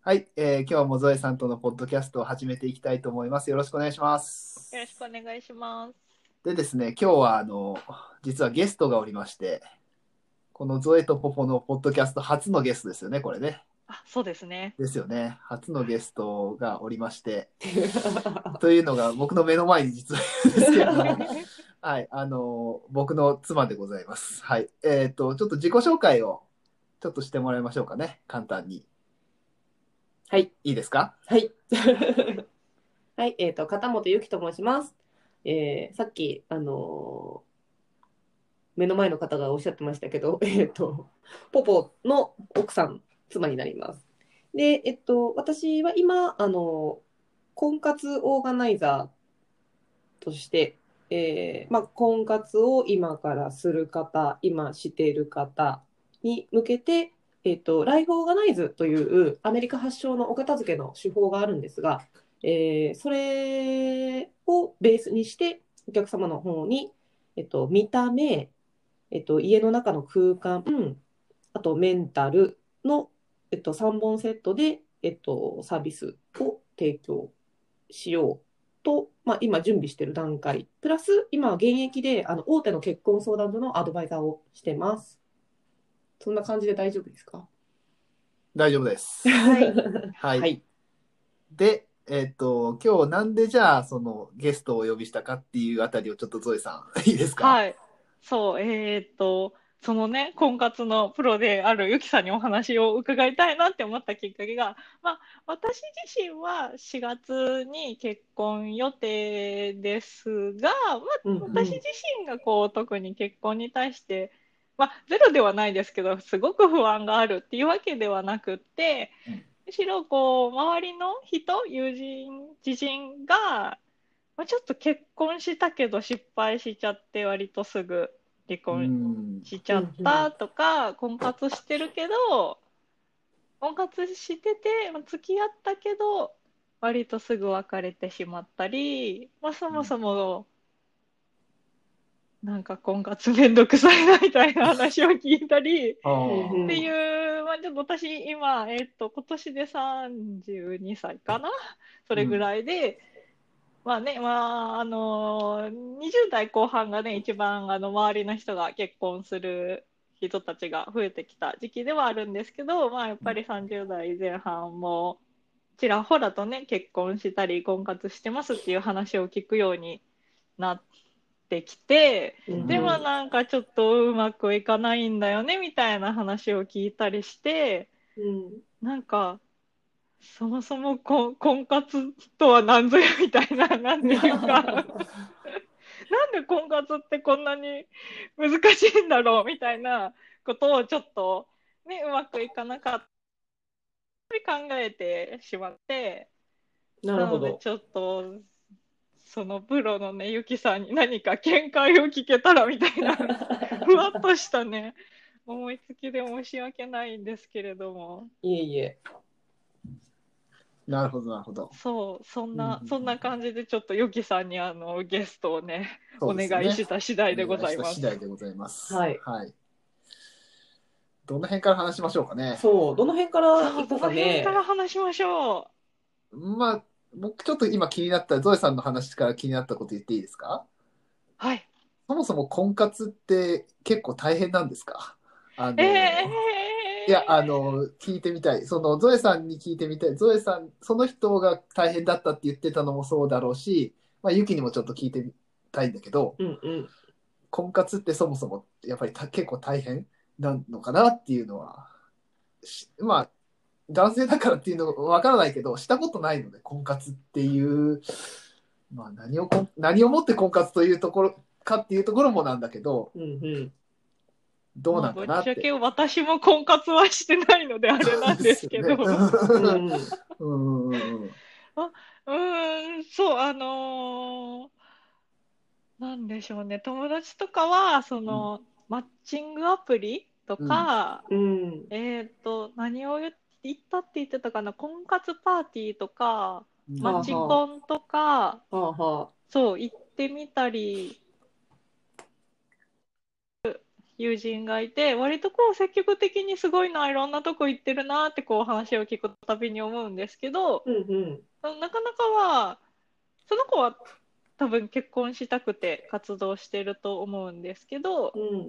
はい、えー今日もゾエさんとのポッドキャストを始めていきたいと思います。よろしくお願いします。よろしくお願いします。でですね、今日はあの実はゲストがおりまして、このゾエとポポのポッドキャスト初のゲストですよね、これね。あ、そうですね。ですよね。初のゲストがおりま して、というのが僕の目の前に実はですけれども、 はい、あの僕の妻でございます。はい、えっ、とちょっと自己紹介をちょっとしてもらいましょうかね、簡単に。はい。いいですか？はい。 はい、えっ、と、片本ゆきと申します。えー、さっき、あのー目の前の方がおっしゃってましたけど、 えっ、と、ポポの奥さん、妻になります。で、えっと、私は今、あのー婚活オーガナイザーとして、えーまあ、婚活を今からする方、今している方に向けて、えっと、ライフオーガナイズというアメリカ発祥のお片付けの手法があるんですが、えーそれをベースにしてお客様の方に、えっと、見た目、えっと、家の中の空間、あとメンタルの、えっと、3本セットで、えっと、サービスを提供しようと、まあ、今準備している段階プラス今現役であの大手の結婚相談所のアドバイザーをしてます。そんな感じで大丈夫ですか大丈夫 です。はい。はい。はいで、えっ、と、今日なんでじゃあ、そのゲストをお呼びしたかっていうあたりをちょっとゾエさん、いい ですかい。はい。そう、えーっと、そのね、婚活のプロであるゆきさんにお話を伺いたいなって思ったきっかけが、まあ、私自身は4月に結婚予定ですが、うまあ、ん私自身がこう、特に結婚に対して、まあ、ゼロではないですけど、すごく不安があるっていうわけではなくってうん、むしろこう、周りの人、友人、知人が、まあ、ちょっと結婚したけど失敗しちゃって割とすぐ離う婚ん。しちゃったとか、婚活してるけど婚活しててまあ付き合ったけど割とすぐ別れてしまったり、まあ、そもそも、なんか婚活めんどくさいなみたいな話を聞いたり。あうんっていう、まあ、ちょっと私、今、えっと、今年で32歳かな、それぐらいで、まあね、まあ、あのー、20代後半がね、一番、あの、周りの人が結婚する人たちが増えてきた時期ではあるんですけど、まあ、やっぱり30代前半も、ちらほらとね、結婚したり、婚活してますっていう話を聞くようになってきて、うんでもなんかちょっとうまくいかないんだよねみたいな話を聞いたりしてうんなんかそもそもこ婚活とは何ぞやみたいななんていうか なんで婚活ってこんなに難しいんだろうみたいなことをちょっとねうまくいかなかった。考えてしまって、なるほなのでど。ちょっとそのプロのねゆきさんに何か見解を聞けたらみたいなふわっとしたね、思いつきで申し訳ないんですけれども、いえいえ。なるほど、なるほど。そう、そんな、うんそんな感じで、ちょっとヨキさんにあのゲストをね、そおうで願すねいした次第でございまお願しす。た次第でございます。はいはい。どの辺から話しましょうかね。そう、どの辺からそうこ行こうのか辺ねか。ら話しましょまあ、僕ちょっと今気になった、ゾエさんの話から気になったこと言っていいですかう。はい。そもそも婚活って結構大変なんですかあのええー。いや、あの、聞いてみたい。その、ゾエさんに聞いてみたい。ゾエさん、その人が大変だったって言ってたのもそうだろうし、まあ、ユキにもちょっと聞いてみたいんだけど、うんうん。婚活ってそもそも、やっぱりた結構大変なのかなっていうのは、しまあ、男性だからっていうのはわからないけど、したことないので、婚活っていう、まあ、何をこん、何をもって婚活というところかっていうところもなんだけど、うんうん。どうなんまかあなぶっっちて。ゃけ私も婚活はしてないのであれなんですけ そど。うですよねうんうんうんうんうんうーん、そう、あのーなんでしょうね、友達とかは、その、マッチングアプリとか、うん。えっと、何を言っ言ったって言ってたかな、婚活パーティーとか、うん。マチコンとか、はあはあ。そう、行ってみたり、友人がいて割とこう積極的にすごいないろんなとこ行ってるなってこう話を聞くたびに思うんですけどうんうんなかなかはその子は多分結婚したくて活動してると思うんですけどうん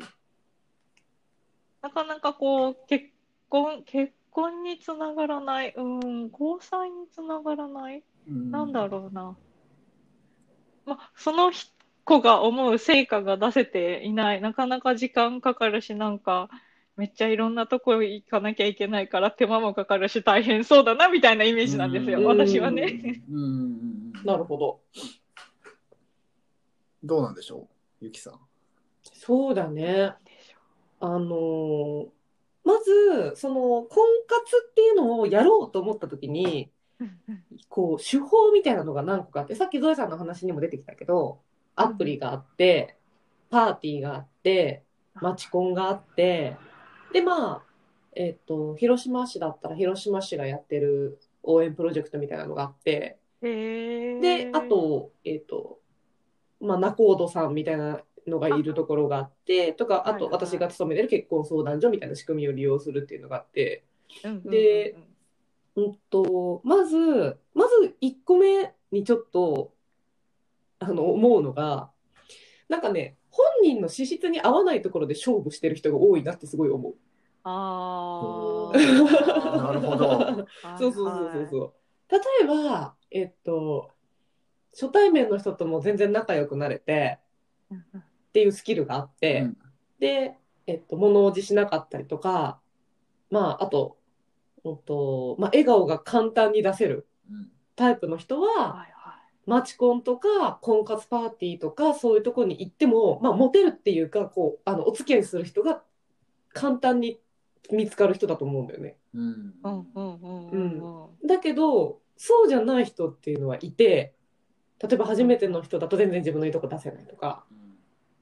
なかなかこう結婚結婚につながらないうん交際につながらないなんだろうな。ま、その子が思う成果が出せていない。なかなか時間かかるし、なんか、めっちゃいろんなとこ行かなきゃいけないから手間もかかるし大変そうだなみたいなイメージなんですよ、うん私はね。うんうんうんうんなるほどどうなんでしょうゆきさん。そうだねあのーまずその婚活っていうのをやろうと思った時にこう手法みたいなのが何個かあってさっきゾエさんの話にも出てきたけどアプリがあってパーティーがあってマチコンがあってでまあえっと広島市だったら広島市がやってる応援プロジェクトみたいなのがあってへーで、あ、と、えっ、と、まあ、仲人さんみたいなのがいるところがあって、とか、あと、はいはい私が勤めてる結婚相談所みたいな仕組みを利用するっていうのがあって、うんうんうんでうんと、まず、まず1個目にちょっと、あの、思うのが、なんかね、本人の資質に合わないところで勝負してる人が多いなってすごい思う。あー ーなるほどそうそうそうそうそう。例えば、えっと、初対面の人とも全然仲良くなれて、はいはいっていうスキルがあって、うんで、えっと、物おじしなかったりとか、まあ、あと、うんと、まあ、笑顔が簡単に出せるうんタイプの人は、はいはいマチコンとか、婚活パーティーとか、そういうとこに行っても、まあ、モテるっていうか、こう、あの、お付き合いする人が簡単に見つかる人だと思うんだよね。うんうんうんうんうんうんだけど、そうじゃない人っていうのはいて、例えば初めての人だと全然自分のいいとこ出せないとか、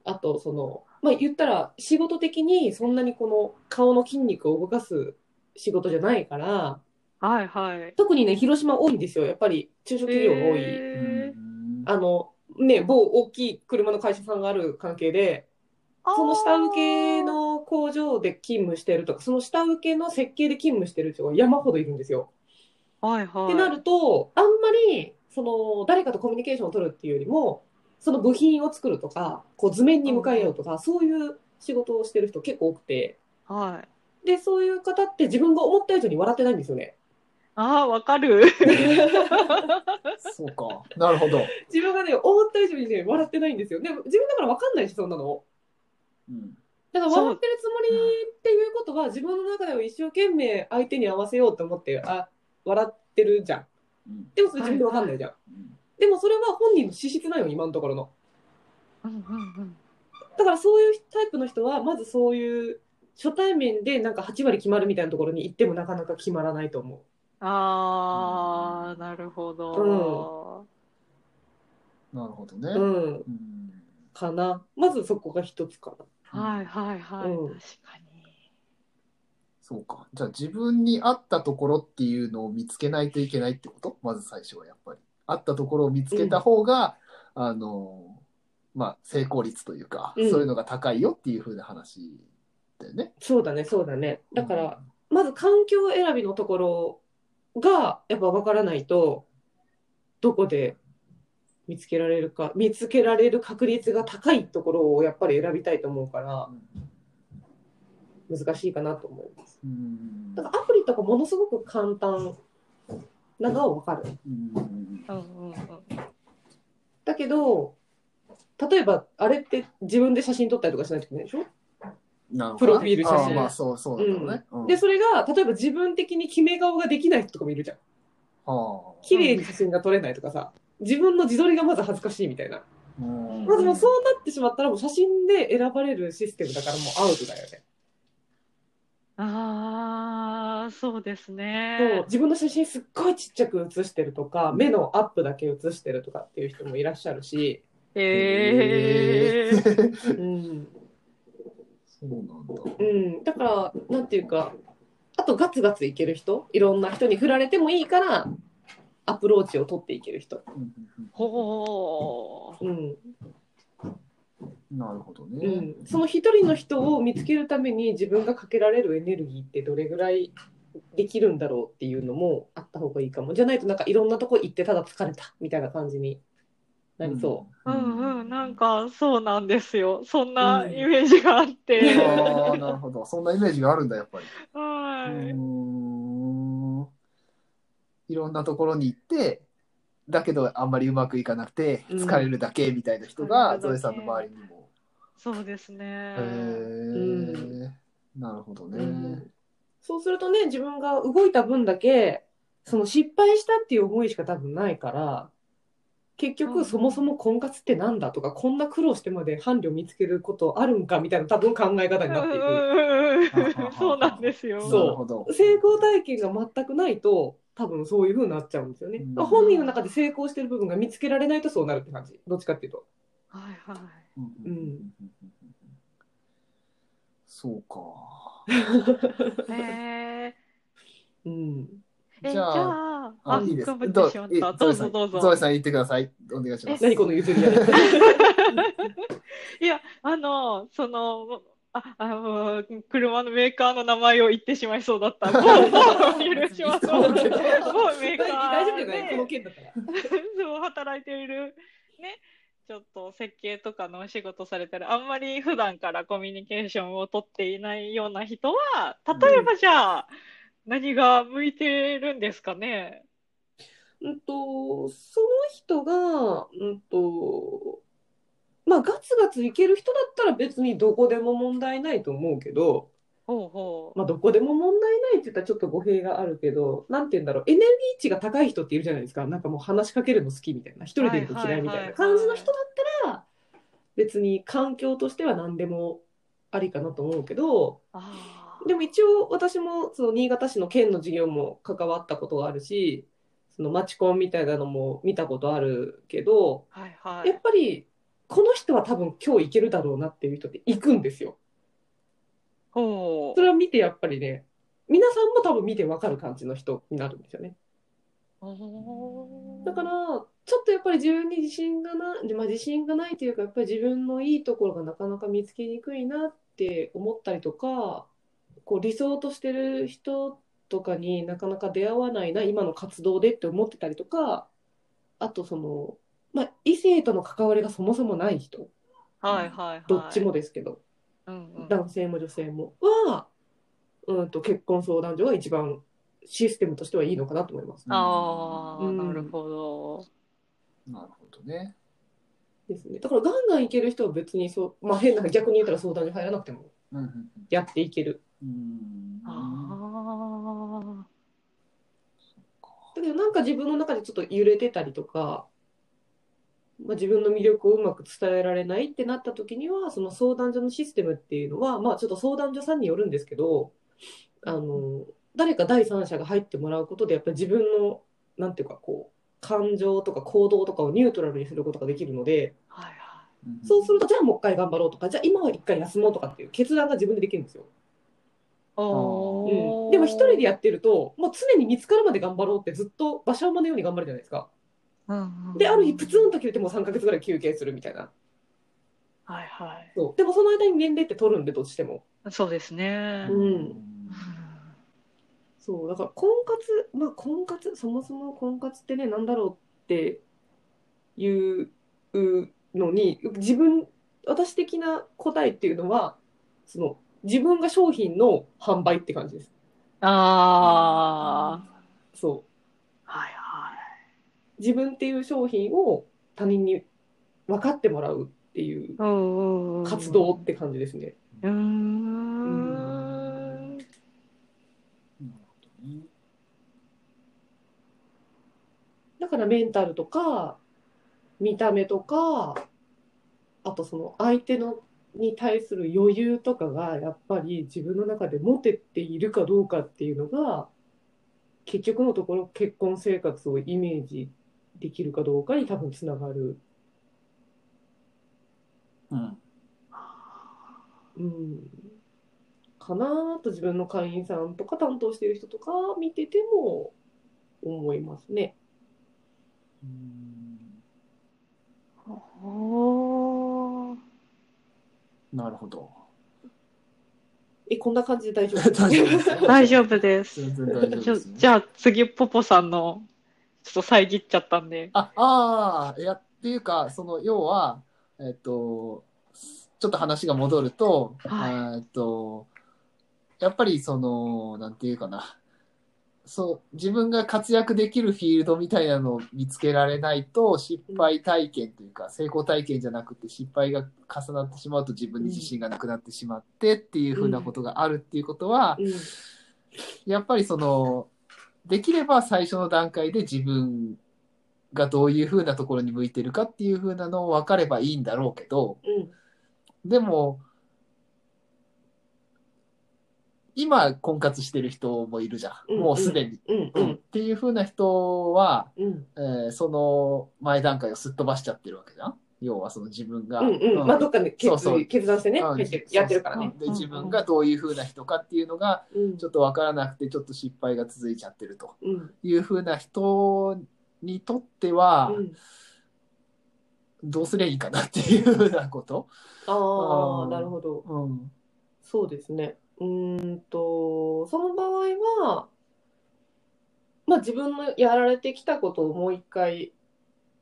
あとその、まあ、言ったら仕事的にそんなにこの顔の筋肉を動かす仕事じゃないからはいはい。特にね広島多いんですよやっぱり中小企業が多い、へーあのね某大きい車の会社さんがある関係でその下請けの工場で勤務してるとかその下請けの設計で勤務してる人が山ほどいるんですよ。あーはいはい。ってなるとあんまりその誰かとコミュニケーションを取るっていうよりもその部品を作るとかこう図面に向かい合うとかそういう仕事をしてる人結構多くて。はい。で、そういう方って自分が思った以上に笑ってないんですよね。ああ、わかる。そうか。なるほど。自分がね、思った以上にね、笑ってないんですよ。でも自分だから分かんないし、そんなの。うんだからそう笑ってるつもりっていうことは、自分の中では一生懸命相手に合わせようと思って、あ、笑ってるじゃん。うんでもそれ自分で分かんないじゃん。うんでもそれは本人の資質なのよ、今のところの。うんうんだからそういうタイプの人は、まずそういう、初対面でなんか8割決まるみたいなところに行ってもなかなか決まらないと思う。うん、ああ、なるほど。なるほどね。うん。うんかな。まずそこが一つかな。はいはいはい、うん確かに。そうか。じゃあ自分に合ったところっていうのを見つけないといけないってことまず最初はやっぱり。合ったところを見つけた方が、あの、まあ、成功率というか、うんそういうのが高いよっていうふうな話だよね。そうだね、そうだね。だから、まず環境選びのところがやっぱ分からないとどこで見つけられるか見つけられる確率が高いところをやっぱり選びたいと思うから難しいかなと思いますうん、だからアプリとかものすごく簡単なのは分かるうんうんうんうん。だけど例えばあれって自分で写真撮ったりとかしないといけないでしょなるほどねプロフィール写真ああまあ、そうそうだろうね。うんでそれが例えば自分的に決め顔ができない人とかもいるじゃんはあ綺麗に写真が撮れないとかさ自分の自撮りがまず恥ずかしいみたいなうんまずもうそうなってしまったらもう写真で選ばれるシステムだからもうアウトだよね。ああ、そうですそうね。自分の写真すっごいちっちゃく写してるとか目のアップだけ写してるとかっていう人もいらっしゃるし、ええー。うんそうなんだ。うん、だからなんていうかあとガツガツいける人いろんな人に振られてもいいからアプローチを取っていける人、うんうんうんほう。うん、なるほどね。うん、その一人の人を見つけるために自分がかけられるエネルギーってどれぐらいできるんだろうっていうのもあった方がいいかもじゃないとなんかいろんなとこ行ってただ疲れたみたいな感じになりそうんうん、なんかそうなんですよ。そんなイメージがあっあて。ーなるほど。そんなイメージがあるんだ、やっぱり。うはーい。ん。いろんなところに行って、だけどあんまりうまくいかなくて、うん疲れるだけみたいな人が、疲ゾれエるだけさんの周りにも。そうですねへ。ーなるほどう、ね。うんそうするとね自分が動いた分だけその失敗したっていう思いしか多分ないから結うん局そもそも婚活ってなんだとかこんな苦労してまで伴侶見つけることあるんかみたいな多分考え方うんになっていく。うんうんそうなんですよ。なそうるほど。成功体験が全くないと多分そういう風になっちゃうんですよね、うんまあ本人の中で成功してる部分が見つけられないとそうなるって感じどっちかっていうとはいはい。うんうんうんうんうんそうか。えうんー、えじじゃゃああ、あ、あいいです頑張。っどてしまった。どううぞどうゾエぞ。さん言ってください。お願いします。何この譲り 合いいや、あの、その、あ、あの、車のメーカーの名前を言ってしまいそうだった。もう、もう許しましょう。もうメーカー、ね。大丈夫じゃないこの件だから そう働いている、ね、ちょっと設計とかのお仕事されてる、あんまり普段からコミュニケーションを取っていないような人は、例えばじゃあ、何が向いてるんですかね。うんとその人がうんとまあガツガツいける人だったら別にどこでも問題ないと思うけどほうほう。まあどこでも問題ないって言ったらちょっと語弊があるけどなんて言うんだろうエネルギー値が高い人っているじゃないですかなんかもう話しかけるの好きみたいな一人でいるの嫌いみたいな感じの人だったら別に環境としては何でもありかなと思うけどあでも一応私もその新潟市の県の事業も関わったことがあるしその町コンみたいなのも見たことあるけどあ、はいはやっい。ぱりこの人は多分今日行けるだろうなっていう人って行くんですよ。ほそれを見てやっぱりね皆さんも多分見てわかる感じの人になるんですよねう。おーだからちょっとやっぱり自分に自信がな、でまあ、自信がないというかやっぱり自分のいいところがなかなか見つけにくいなって思ったりとかこう理想としてる人とかになかなか出会わないな今の活動でって思ってたりとかあとその、まあ、異性との関わりがそもそもない人はいはいはい。どっちもですけど、うんうん。男性も女性もは、うん、と結婚相談所が一番システムとしてはいいのかなと思います。ああ、うんなるほど。なるほどね。ですね、だからガンガンいける人は別にそう、まあ、変な逆に言ったら相談に入らなくてもうんうんうんやっていける。うんあだけどなんか自分の中でちょっと揺れてたりとか、まあ、自分の魅力をうまく伝えられないってなった時にはその相談所のシステムっていうのは、まあ、ちょっと相談所さんによるんですけどあの誰か第三者が入ってもらうことでやっぱり自分のなんていうかこう感情とか行動とかをニュートラルにすることができるのであ、はいはうんそうするとじゃあもう一回頑張ろうとかじゃあ今は一回休もうとかっていう決断が自分でできるんですよ。い。おーうん、でも一人でやってるともう常に見つかるまで頑張ろうってずっと馬車馬のように頑張るじゃないですか。うんうんである日プツンと切れてもう3ヶ月ぐらい休憩するみたいなはいはい。そうでもその間に年齢って取るんでどっちでもそうですね。うんそうだから婚活まあ婚活そもそも婚活ってねなんだろうっていうのに自分私的な答えっていうのはその自分が商品の販売って感じですあそうあ、はいはい。自分っていう商品を他人に分かってもらうっていううん活動って感じですね、うーん。なるほどねだからメンタルとか見た目とかあとその相手のに対する余裕とかがやっぱり自分の中で持てているかどうかっていうのが結局のところ結婚生活をイメージできるかどうかに多分つながる、うんうん、かなと自分の会員さんとか担当している人とか見てても思いますね。うんおーなるほど。え、こんな感じで大丈 大夫丈夫ですよ。大丈夫です。全然大丈夫じゃです、ね。じゃあ次、ポポさんの、ちょっと遮っちゃったんで。あ、ああ、いや、っていうか、その、要は、えっと、ちょっと話が戻ると、はいえっと、やっぱりその、なんていうかな、そう、自分が活躍できるフィールドみたいなのを見つけられないと、失敗体験というか、成功体験じゃなくて、失敗が重なってしまうと自分に自信がなくなってしまってっていうふうなことがあるっていうことは、うんやっぱりそのできれば最初の段階で自分がどういう風なところに向いてるかっていう風なのを分かればいいんだろうけどうんでも今婚活してる人もいるじゃん、うんもうすでに、うんううんっんていう風な人は、うんえーその前段階をすっ飛ばしちゃってるわけじゃん要はその自分が、うんうんまあどっかで決そうそう決断してねうん入ってやってるからね。で自分がどういう風な人かっていうのがうんちょっと分からなくてちょっと失敗が続いちゃってると。うんいうふうな人にとってはうんどうすりゃいいかなっていうふうなこと、あうあんなるほどうんそうですねうーんとその場合はまあ自分のやられてきたことをもう一回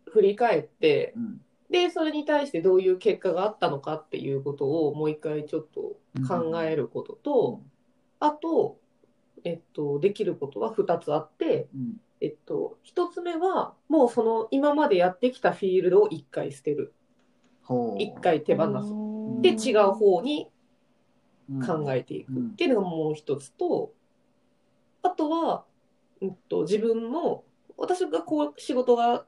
振り返ってうんでそれに対してどういう結果があったのかっていうことをもう一回ちょっと考えることと、あと、えっと、できることは2つあって、うんえっと、1つ目はもうその今までやってきたフィールドを1回捨てるほう1回手放すんで違う方に考ええていくうっんていうのがもう1つとあとは、うんと、自分の私がこう仕事が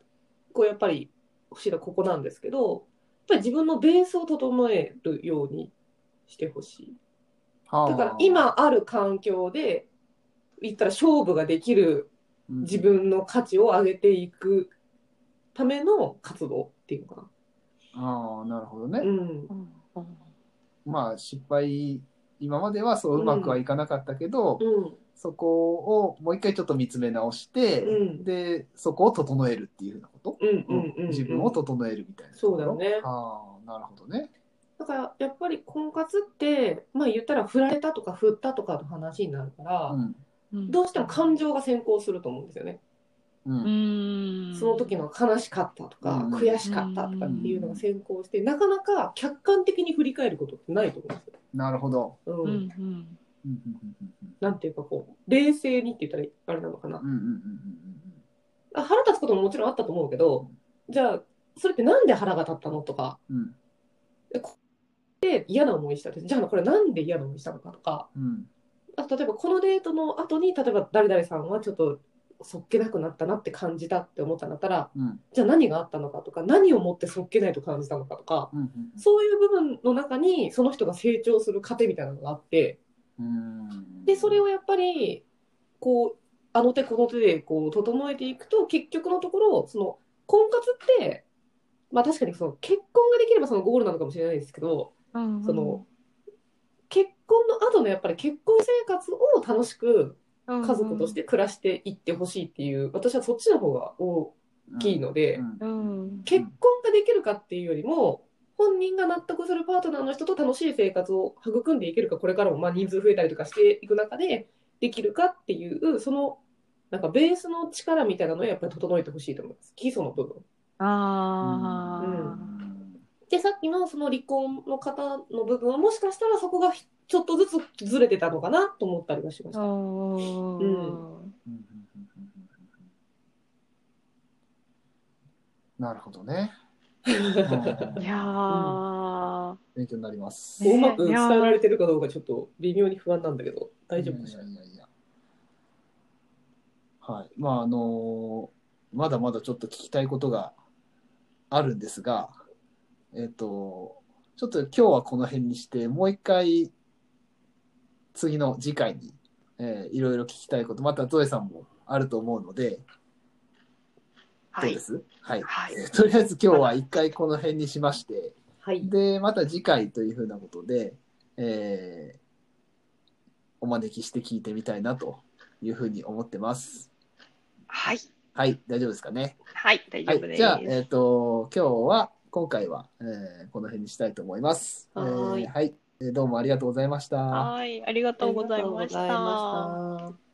こうやっぱり欲しいのはここなんですけどやっぱり自分のベースを整えるようにしてほしい。だから今ある環境で言ったら勝負ができる自分の価値を上げていくための活動っていうのかああなるほどね、な。うんまあ失敗今まではそううまくはいかなかったけど、うんそこをもう一回ちょっと見つめ直して、うんでそこを整えるっていうふうなこと、うんうんうん自分を整えるみたいなそうだよねああなるほどねだからやっぱり婚活ってまあ言ったら振られたとか振ったとかの話になるから、うんどうしても感情が先行すると思うんですよね。ううんんその時の悲しかったとか、うん悔しかったとかっていうのが先行して、なかなか客観的に振り返ることってないと思うんですよ。なるほど、うんうんううんんうんうんうんうんなんていうかこう冷静にって言ったらあれなのかなうんうんうんあ腹立つことももちろんあったと思うけどじゃあそれってなんで腹が立ったのとかうんうんでこで嫌な思いしたってじゃあこれなんで嫌な思いしたのかとかうんあと例えばこのデートの後に例えば誰々さんはちょっとそっけなくなったなって感じたって思ったんだったらうんじゃあ何があったのかとか何をもってそっけないと感じたのかとかうんそういう部分の中にその人が成長する過程みたいなのがあってうんでそれをやっぱりこうあの手この手でこう整えていくと結局のところその婚活ってまあ確かにその結婚ができればそのゴールなのかもしれないですけどうんその結婚の後のやっぱり結婚生活を楽しく家家族として暮らしていってほしいっていう私はそっちの方が大きいのでうんうん結婚ができるかっていうよりも本人が納得するパートナーの人と楽しい生活を育んでいけるかこれからもまあ人数増えたりとかしていく中でできるかっていうそのなんかベースの力みたいなのをやっぱり整えてほしいと思います基礎の部分。ああでさっきのその離婚の方の部分はもしかしたらそこがひちょっとずつずれてたのかなと思ったりはしました。うんうんうんうんなるほどね。うん いやー勉強になります。ねうまく伝えられてるかどうかちょっと微妙に不安なんだけど大丈夫かいしやらいやいやいや。はい。まああのーまだまだちょっと聞きたいことがあるんですが、えっ、とちょっと今日はこの辺にしてもう一回次の次回に、えーいろいろ聞きたいことまたゾエさんもあると思うのではどういですはい、はいえーとりあえず今日は一回この辺にしましてはい。でまた次回というふうなことで、えーお招きして聞いてみたいなというふうに思ってますはいはい大丈夫ですかねはい大丈は夫いですじゃあえっ、と今日は今回は、えーこの辺にしたいと思います。はーいえーはいえーどうもありがとうございました。はい、ありがとうございました。ありがとうございました